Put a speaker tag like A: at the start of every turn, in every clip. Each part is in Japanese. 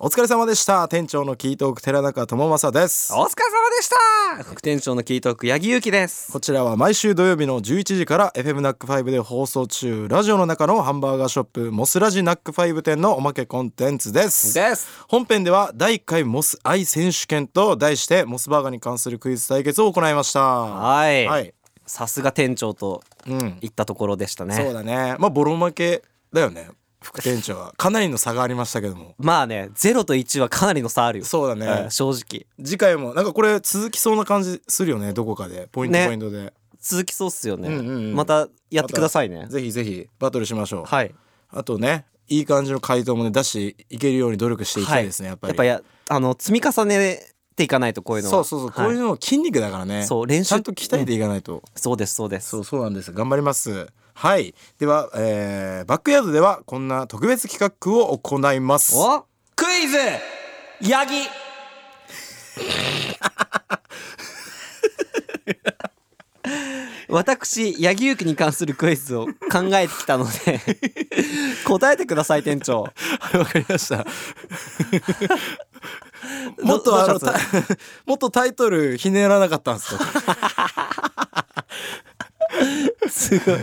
A: お疲れ様でした店長のキートーク寺中智政です
B: お疲れ様でした副店長のキートーク八木由紀です
A: こちらは毎週土曜日の11時から FM ナック5で放送中ラジオの中のハンバーガーショップモスラジナック5店のおまけコンテンツです
B: です
A: 本編では第1回モス愛選手権と題してモスバーガーに関するクイズ対決を行いました
B: はい、
A: はい
B: さすが店長と
A: うん
B: 言ったところでしたね、
A: そうだねまあボロ負けだよね副店長はかなりの差がありましたけども
B: まあね0と1はかなりの差あるよ
A: そうだね
B: ん正直
A: 次回もなんかこれ続きそうな感じするよねどこかでポイント
B: ね
A: ポイントで、
B: 続きそうっすよね、
A: うんうんうん
B: またやってくださいね
A: ぜひぜひバトルしましょう、
B: はい
A: あとねいい感じの回答もね出していけるように努力していきたいですね、やっぱり
B: やっぱやあの積み重ねていかないとこういうのは
A: そうそうそう、
B: はい
A: こういうのも筋肉だからね
B: そう練習
A: ちゃんと鍛えていかないと、
B: そうですそうです
A: そうそうなんです頑張りますはいでは、えーバックヤードではこんな特別企画を行います
B: おクイズヤギ私ヤギゆきに関するクイズを考えてきたので答えてください店長
A: わかりました。もっとあの
B: どどう
A: た もっとタイトルひねらなかったんですか。
B: すごい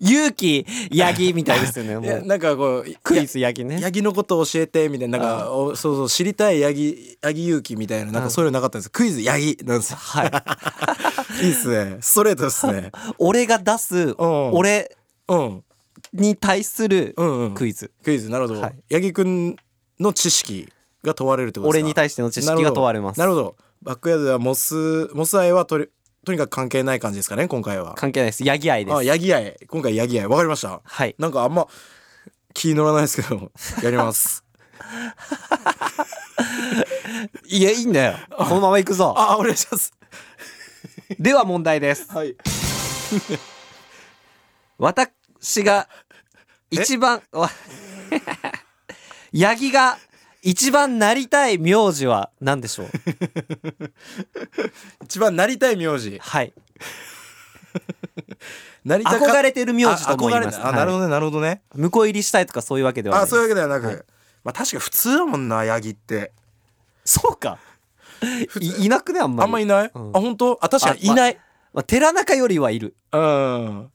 B: 勇気ヤギ みたいですよね
A: い
B: も
A: や
B: う
A: なんかこう
B: クイズヤギね
A: ヤギのことを教えてみたいななんかおそうそう知りたいヤギヤギ勇気みたいななんかそういうのなかったんです。クイズヤギなんですよ。
B: はい
A: いいっすね。ストレートですね。
B: 俺が出す
A: ん
B: 俺
A: うん
B: に対する
A: うんうん。
B: ク
A: イ
B: イズ
A: クイズなるほど
B: はい。
A: ヤギくんの知識が問われるってことです
B: 俺
A: か。
B: に対しての知識が問われます
A: なるほど。なるほどバックヤードではモスモス愛はとりとにかく関係ない感じですかね今回は。
B: 関係ないですヤギ愛で
A: あ
B: す
A: ヤギ愛今回ヤギ愛わかりました
B: はい
A: なんかあんま気乗らないですけどやり ます
B: いやいいんだよこのまま行くぞ
A: あお願いします
B: では問題です
A: はい
B: 私が一番わ ヤギが一番なりたい名字は何でしょう
A: 一番なりたい名字
B: はい
A: なりたか
B: 憧れてる名字と思います
A: あ憧れあなるほどねなるほどね、
B: 向こう入りしたいとかそういうわけではない
A: あそういうわ
B: う
A: けではなく、
B: はい
A: まあ確か普通だもんなヤギって
B: そうかいいなくねあんま
A: あ
B: り
A: んまいない、
B: うん
A: あ本当あ確かにい
B: あ
A: ない、
B: ままあ寺中よりはいる
A: うん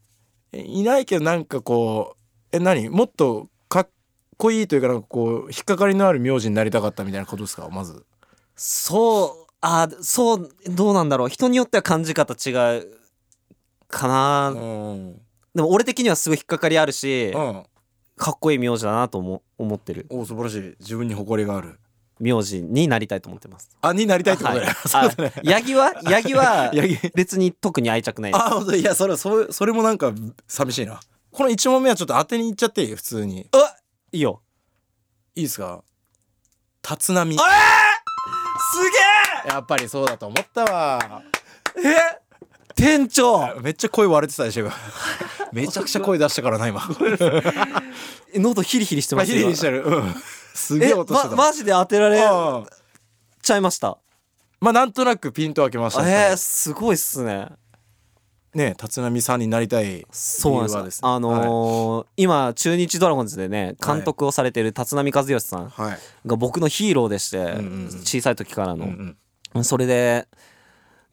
A: えいないけどなんかこうえ何もっとかっこいいというかなんかこう引っかかりのある名字になりたかったみたいなことですかまず
B: そうあそうどうなんだろう人によっては感じ方違うかな、
A: ん
B: でも俺的にはすごい引っかかりあるし、
A: うん
B: かっこいい名字だなと思思ってる
A: お素晴らしい自分に誇りがある
B: 名字になりたいと思ってます
A: あになりたいってことだよ、そうだね
B: はいあヤギは ヤギは
A: ヤギ
B: 別に特に愛着ないです
A: あ本当いやそれそれそれもなんか寂しいなこの1問目はちょっと当てにいっちゃっていい普通にい
B: いいよ
A: いですか立浪
B: す
A: やっぱりそうだと思ったわ
B: げええ店長
A: めっちゃ声割れてたでしょ今 めちゃくちゃ声出したからな 今
B: 喉ヒリヒリして
A: ま
B: ま
A: あ
B: す
A: ヒリ
B: よ
A: ヒリしてる、うん、すげえ
B: え
A: 音して
B: ま
A: た、
B: マジで当てられ
A: うん
B: ちゃいました
A: まあなんとなくピンと開けました
B: えー、すごいっすね
A: ね立浪さんになりたい
B: そうなん
A: 理由は
B: で
A: ですす
B: よ
A: ね
B: あのー今中日ドラゴンズでね監督をされてる立浪和義さん
A: はい、
B: が僕のヒーローでして、
A: んうんうん
B: 小さい時からの、
A: うんうん
B: それで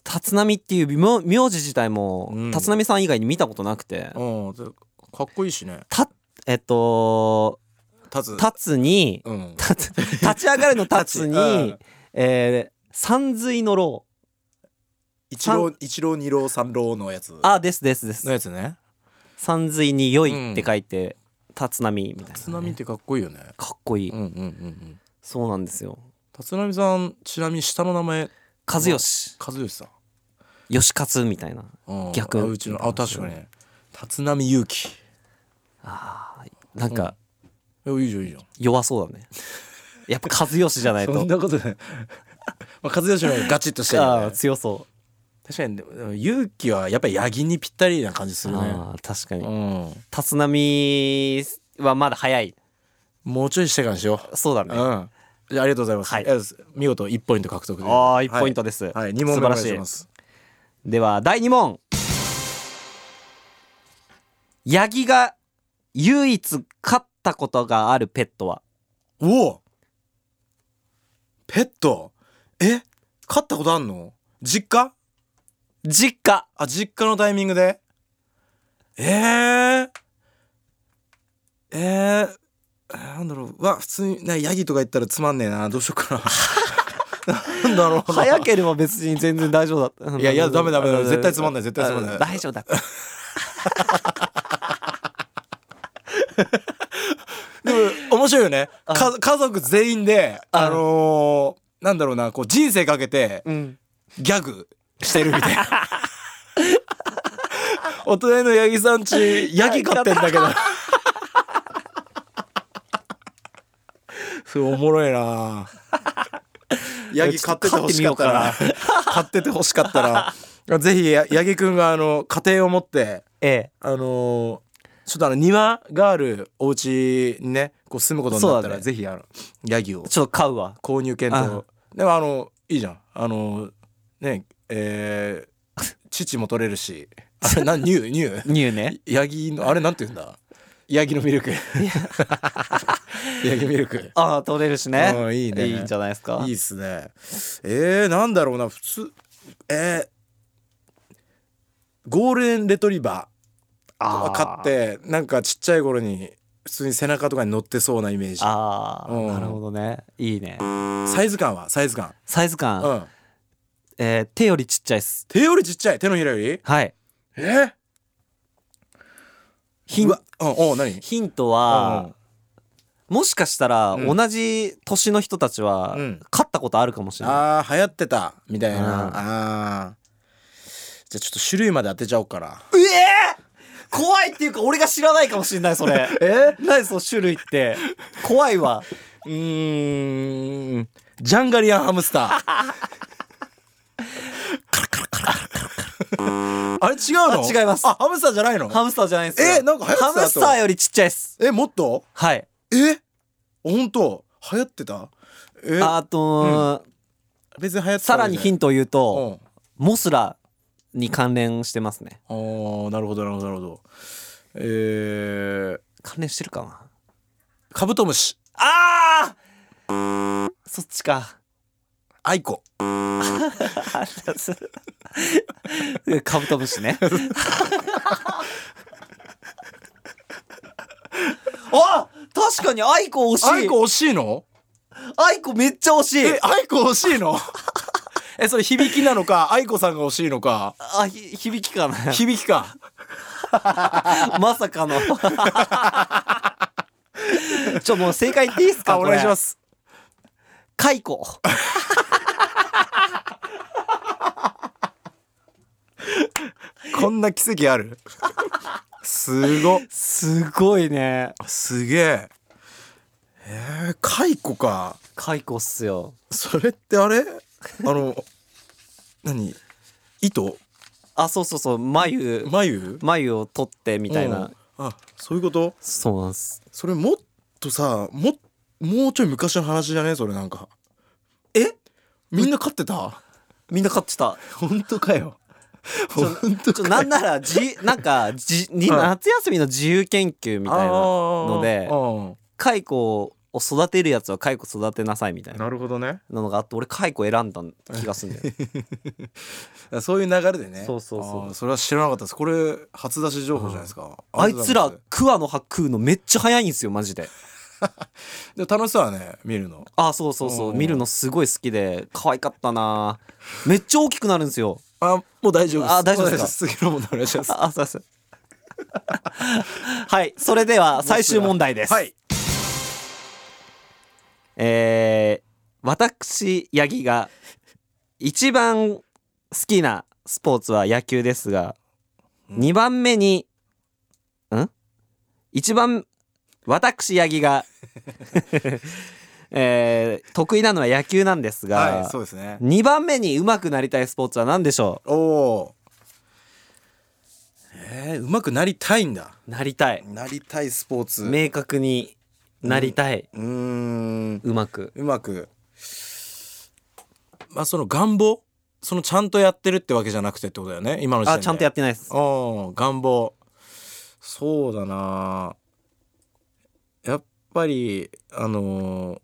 B: 立浪っていう名名字自体も、
A: うん
B: 立浪さん以外に見たことなくて、
A: うんでかっこいいしね
B: たえっと
A: 立つ
B: 立つに
A: うん
B: 立 つ立ち上がるの立つ
A: 立ちう
B: に
A: ん、
B: えー、三髄のロ
A: 一郎一郎二郎三郎のやつ
B: ーあですですで
A: の
B: す
A: やつね
B: 三髄に良いって書いて、立浪みたい
A: 立
B: な、
A: 浪っ
B: ね、
A: てかっこいいよね。
B: かっこいい、
A: うんうんうんうん。
B: そうなんですよ
A: 立浪さんちなみに下の名前
B: 和義
A: 和義さん。
B: 義勝みたいな
A: うん
B: 逆
A: あうちのあ確かにね。立浪勇気。
B: なんか
A: えいいじゃんいいじゃん。
B: 弱そうだね、やっぱ和義じゃ ないと
A: なことない。まあ和義の方がガチッとしてる
B: あ
A: よ
B: ー
A: ね。
B: 強そ
A: 確かにでもでも勇気はやっぱりヤギにぴったりな感じす
B: う、
A: るね。
B: あー確か
A: う
B: に
A: ん。
B: 立浪はまだ早い
A: もうちょいしてからにしよ
B: そうだ
A: う。うん。
B: ね、
A: じゃあありがとうございます。あ
B: はい
A: りがとうございます見事一ポイント獲得で。
B: ああ1ポイントです、
A: はい。はい二問目お願いします。
B: では第2問ヤギが唯一飼ったことがあるペットは
A: おお。ペットえ飼ったことあんの実家
B: 実 家
A: あ実家のタイミングでえー、えー、えーなんだろううわ普通になヤギとか言ったらつまんねえなどうしようかな なんだろうな
B: 早ければ別に全然大丈夫だった
A: いやいやダメダメダメ
B: あ
A: 絶対つまんない絶対つまんない
B: あ大丈夫だった
A: でも面白いよね
B: あ
A: か家族全員で
B: あ
A: あのー、なんだろうなこう人生かけて
B: うん
A: ギャグしてるみたいなお隣のヤギさんちヤギ飼ってんだけどそれおもろいなヤギ飼ってて欲しかったら飼ってて欲しかったらぜひヤヤギくんがあの家庭を持って
B: え
A: あのーちょっとあの庭があるお家にねこう住むことになった
B: そうだ
A: ら、
B: ね
A: ぜひあのヤギを
B: えちょっと買うわ
A: 購入検討でもあのいいじゃんあのねえー、乳も取れるしあれな乳乳
B: ニューね
A: ヤギのあれなんて言うんだヤギのミルクヤギミルク
B: ああ取れるしね
A: うんいいね
B: いいんじゃないですか
A: いいっすねえー、なんだろうな普通えー、ゴールデンレトリバー
B: あ
A: と
B: あ
A: か買ってなんかちっちゃい頃に普通に背中とかに乗ってそうなイメージ
B: ああ
A: うん
B: なるほどねいいね
A: サイズ感はサイズ感
B: サイズ
A: う
B: 感
A: ん
B: えー手よりちっちゃいっす
A: 手よりちっちゃい手のひらより
B: はい
A: えー、
B: ヒ
A: う
B: ン
A: わうんおう何
B: ヒントは
A: う
B: もしかしたら
A: うん
B: 同じ年の人たちは
A: うん
B: 勝ったことあるかもしれない
A: あー流行ってたみたいな、
B: うん
A: あーじゃあちょっと種類まで当てちゃおうかな
B: うえー怖いっていうか俺が知らないかもしれない それ
A: え
B: 何その種類って怖いわ
A: うーんジャンガリアンハムスターあれ違うの
B: あ違いま す
A: あハムスターじゃないの
B: ハムスターじゃないですよ
A: えなんか流行ってた
B: ハムスターよりちっちゃいっす
A: えもっと
B: はい
A: え本当流行ってたえ
B: あと、
A: 別に流行ってた
B: さらにヒ
A: ン
B: ントを言う
A: ト
B: と、モスラに関連してますね
A: うんあーなるほどなるほどなるほどえー、
B: 関連してるかな
A: カブトムシ
B: あーそっちか
A: アイコ
B: カブトムシね あ確かにアイコ惜しい
A: アイコ惜しいの
B: アイコめっちゃ惜しい
A: え、アイコ欲しいの え、それ響きなのか、アイコさんが欲しいのか、
B: あひ響きかな
A: 響きか。
B: まさかの ちょもう正解言っていいですか
A: あ、お願いしますす。
B: 解雇
A: こんな奇跡あるすご。
B: すごいね
A: すげえ。えー、カイコか。
B: 解雇っすよ
A: それってあれあの、何糸
B: あそうそうそう眉
A: 眉
B: 眉を取ってみたいな、
A: うんあ、そういうこと
B: そうなんです
A: それもっとさ、も、もうちょい昔の話じゃねそれなんか。
B: え
A: みんな飼ってた
B: みんな買ってた
A: 本当かよ。本当
B: ちょなんならじなんかじに
A: うん
B: 夏休みの自由研究みたいなので
A: の
B: 解雇を育てるやつは解雇育てなさいみたいな
A: なるほどね
B: のがあって俺解雇選んだ気がすんだよね
A: そういう流れでね
B: そうそうそう
A: あーそれは知らなかったですこれ初出し情報じゃないですか、
B: あいつら
A: りがとう
B: 桑の葉食うのめっちゃ早いんですよマジで
A: ございますでも楽しそうだね見るの
B: あそうそうそう
A: うん
B: 見るのすごい好きで可愛かったなめっちゃ大きくなるんで すよ
A: あもう大丈夫です
B: あ大丈夫ですか
A: もう次の問題お願いします
B: ああそうそうはいそれでは最終問題です
A: はい
B: えー、私八木が一番好きなスポーツは野球ですが、
A: うん
B: 二番目にん一番私八木 が、えー、得意なのは野球なんです
A: は
B: が
A: い、そうですね
B: 二番目に上手くなりたいスポーツは何でしょ
A: おおえー、うまくなりたいんだ
B: うなりたい
A: なりたいスポーツう
B: 明確になりたい、
A: ーん
B: うまく
A: うまくまあその願望そのちゃんとやってるってわけじゃなくてってことだよね今の時点
B: あ
A: で
B: ちゃんとやってないです
A: うん願望そうだなやっぱりあのー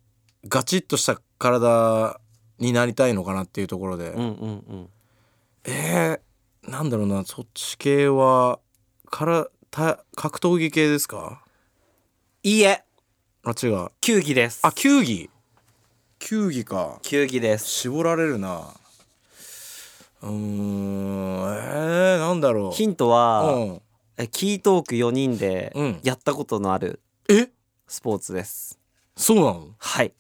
A: ガチッとした体になりたいのかなっていうところで、
B: うんうんうん
A: えー、なんだろうなそっち系はからた格闘技系ですか
B: いいえ
A: あ違う
B: 球技です
A: あ球技球技か
B: 球技です
A: 絞られるなうーんえー、なんだろう
B: ヒントは、
A: うん
B: えキートーク4人で
A: うん
B: やったことのある
A: え
B: スポーツです、
A: そうなの
B: はい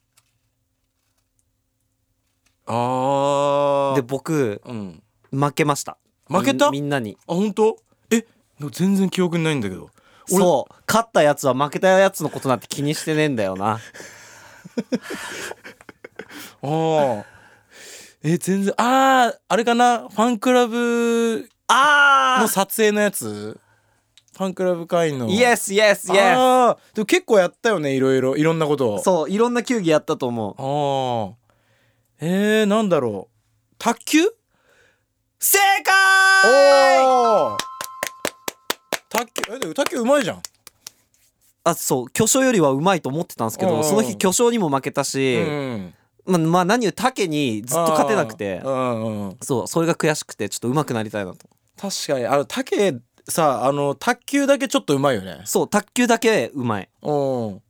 A: あー
B: で僕
A: うん
B: 負けました
A: 負けた
B: みんみんなに
A: あ本当え全然記憶にないんだけど俺
B: そう勝ったやつは負けたやつのことなんて気にしてねえんだよな
A: ああえ全然あああれかなファンクラブ
B: あ
A: の撮影のやつファンクラブ会員の
B: イエスイエスイエ
A: あーでも結構やったよねいろいろいろんなことを
B: スそういろんな球技やったと思う
A: ああえー、なんだろう卓球
B: 正
A: お
B: 解
A: ー卓球えでも卓球うまいじゃん
B: あそう巨匠よりはうまいと思ってたんですけ
A: うんう
B: ど
A: ん
B: その日巨匠にも負けたし、
A: うん
B: ままあ何より竹にずっと勝てなくて
A: うんうんうん
B: そうそれが悔しくてちょっと上手くなりたいなと
A: 確かにあの竹さあの卓球だけちょっとうまいよね
B: そう卓球だけうまい
A: うん多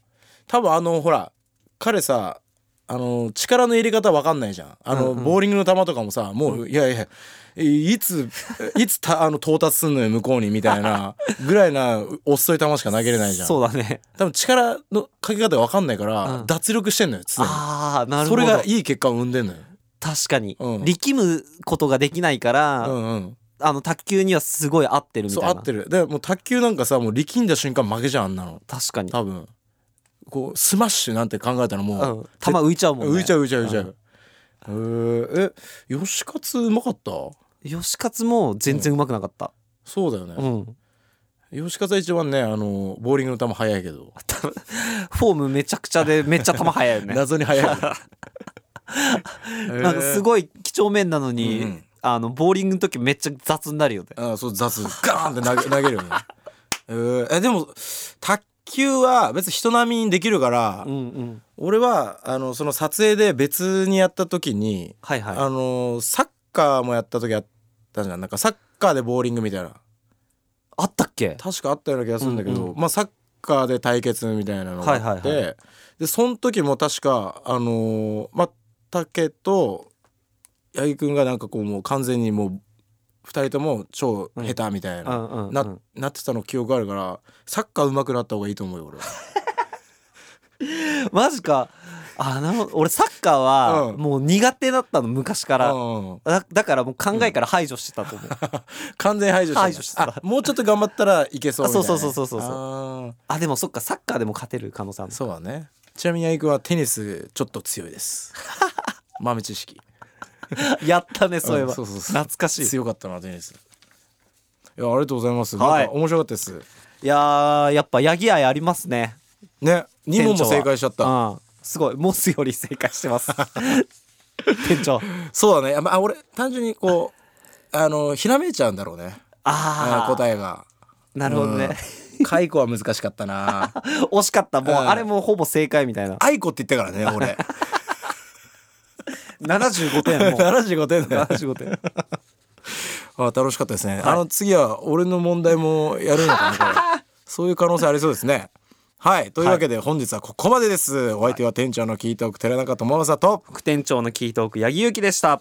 A: 分あのほら彼さあの力の入れ方わかんないじゃんあの、
B: うんうん
A: ボーリングの球とかもさもう、いやいやいついつたあの到達すんのよ向こうにみたい なぐらいな遅い球しか投げれないじゃん
B: そうだね
A: 多分力のかけ方わかんないから、
B: うん
A: 脱力してんのよ常に
B: ああなるほ
A: そ
B: ど
A: れがいい結果を生んでんのよ
B: 確かに、
A: うん
B: 力むことができないから、
A: うんうん
B: あの卓球にはすごい合ってるみ
A: そう
B: た
A: 合
B: いな
A: ってるでもう卓球なんかさもう力んだ瞬間負けじゃんあんなの
B: 確かに、
A: 多分こうスマッシュなんて考えたらもう、
B: うん、球浮いちゃうもんね
A: 浮いちゃう浮いちゃう浮いちゃう。へーえ、吉勝うまかった
B: 吉勝も全然うまくなかった
A: そうだよ
B: う
A: ね。
B: ん、
A: 吉勝は一番ね、あの、ボーリングの球速いけど、
B: フォームめちゃくちゃでめっちゃ球速 いよね
A: 謎に 速い。
B: なんかす
A: い。
B: ごい几帳面なのに、
A: うんうん
B: あのボーリングの時めっちゃ雑になるよね
A: あそう、雑。ガーンって投げ 投げるよね。えーえ、でも、卓球は別に人並みにできるから
B: う、んうん
A: 俺は、あの、その撮影で別にやった時に、
B: はいはい
A: あの、サッカーもやった時あったじゃん。なんかサッカーでボーリングみたいな。
B: あったっけ
A: 確かあったような気がするんだけど、
B: うんうん
A: まあサッカーで対決みたいなのがあって、
B: はいはい
A: でその時も確かあのーまあ竹と八木くんがなんかこうもう完全にもう二人とも超下手みたいな、
B: うんうんうん
A: ななってたの記憶あるからサッカー上手くなった方がいいと思うよ俺は。
B: マジかあなるほど俺サッカーは
A: うん
B: もう苦手だったの昔から、
A: うんうん
B: だだからもう考えから排除してたと思う、
A: 完全排除して
B: 排除してた
A: あもうちょっと頑張ったらいけそうみたいなね、
B: あそうそうそうそうそうそう
A: あ
B: あでもそっかサッカーでも勝てる可能性ある
A: ー
B: の
A: そうだねちなみに八木くんはテニスちょっと強いです 豆知識
B: やったねそういえば、
A: んそうそうそう
B: 懐かしい
A: 強かったなテニスいやありがとうございます、
B: はい
A: なんか面白かったです
B: いやーやっぱヤギ愛ありますね
A: ね2問
B: 店
A: も
B: 長は
A: 正解しちゃった
B: うんすごいモスより正解してます 店長
A: そうだねあまあ俺単純にこ うあのひらめいちゃうんだろうね
B: あ
A: あ
B: あ
A: の答えが
B: なるほどね、
A: う ん解雇は難しかったな
B: 惜しかったもう、
A: うん
B: あれもほぼ正解みた いな
A: 愛子って言ったからね 俺
B: 75点 やも う
A: 75点だよ
B: 75点
A: あ楽しかったですね、あの次は俺の問題もやるのか なこれそういう可能性ありそうですねはいというわけで本日はここまでです、お相手は店長のキートーク寺中智正と
B: 副店長のキートーク八木ゆきでした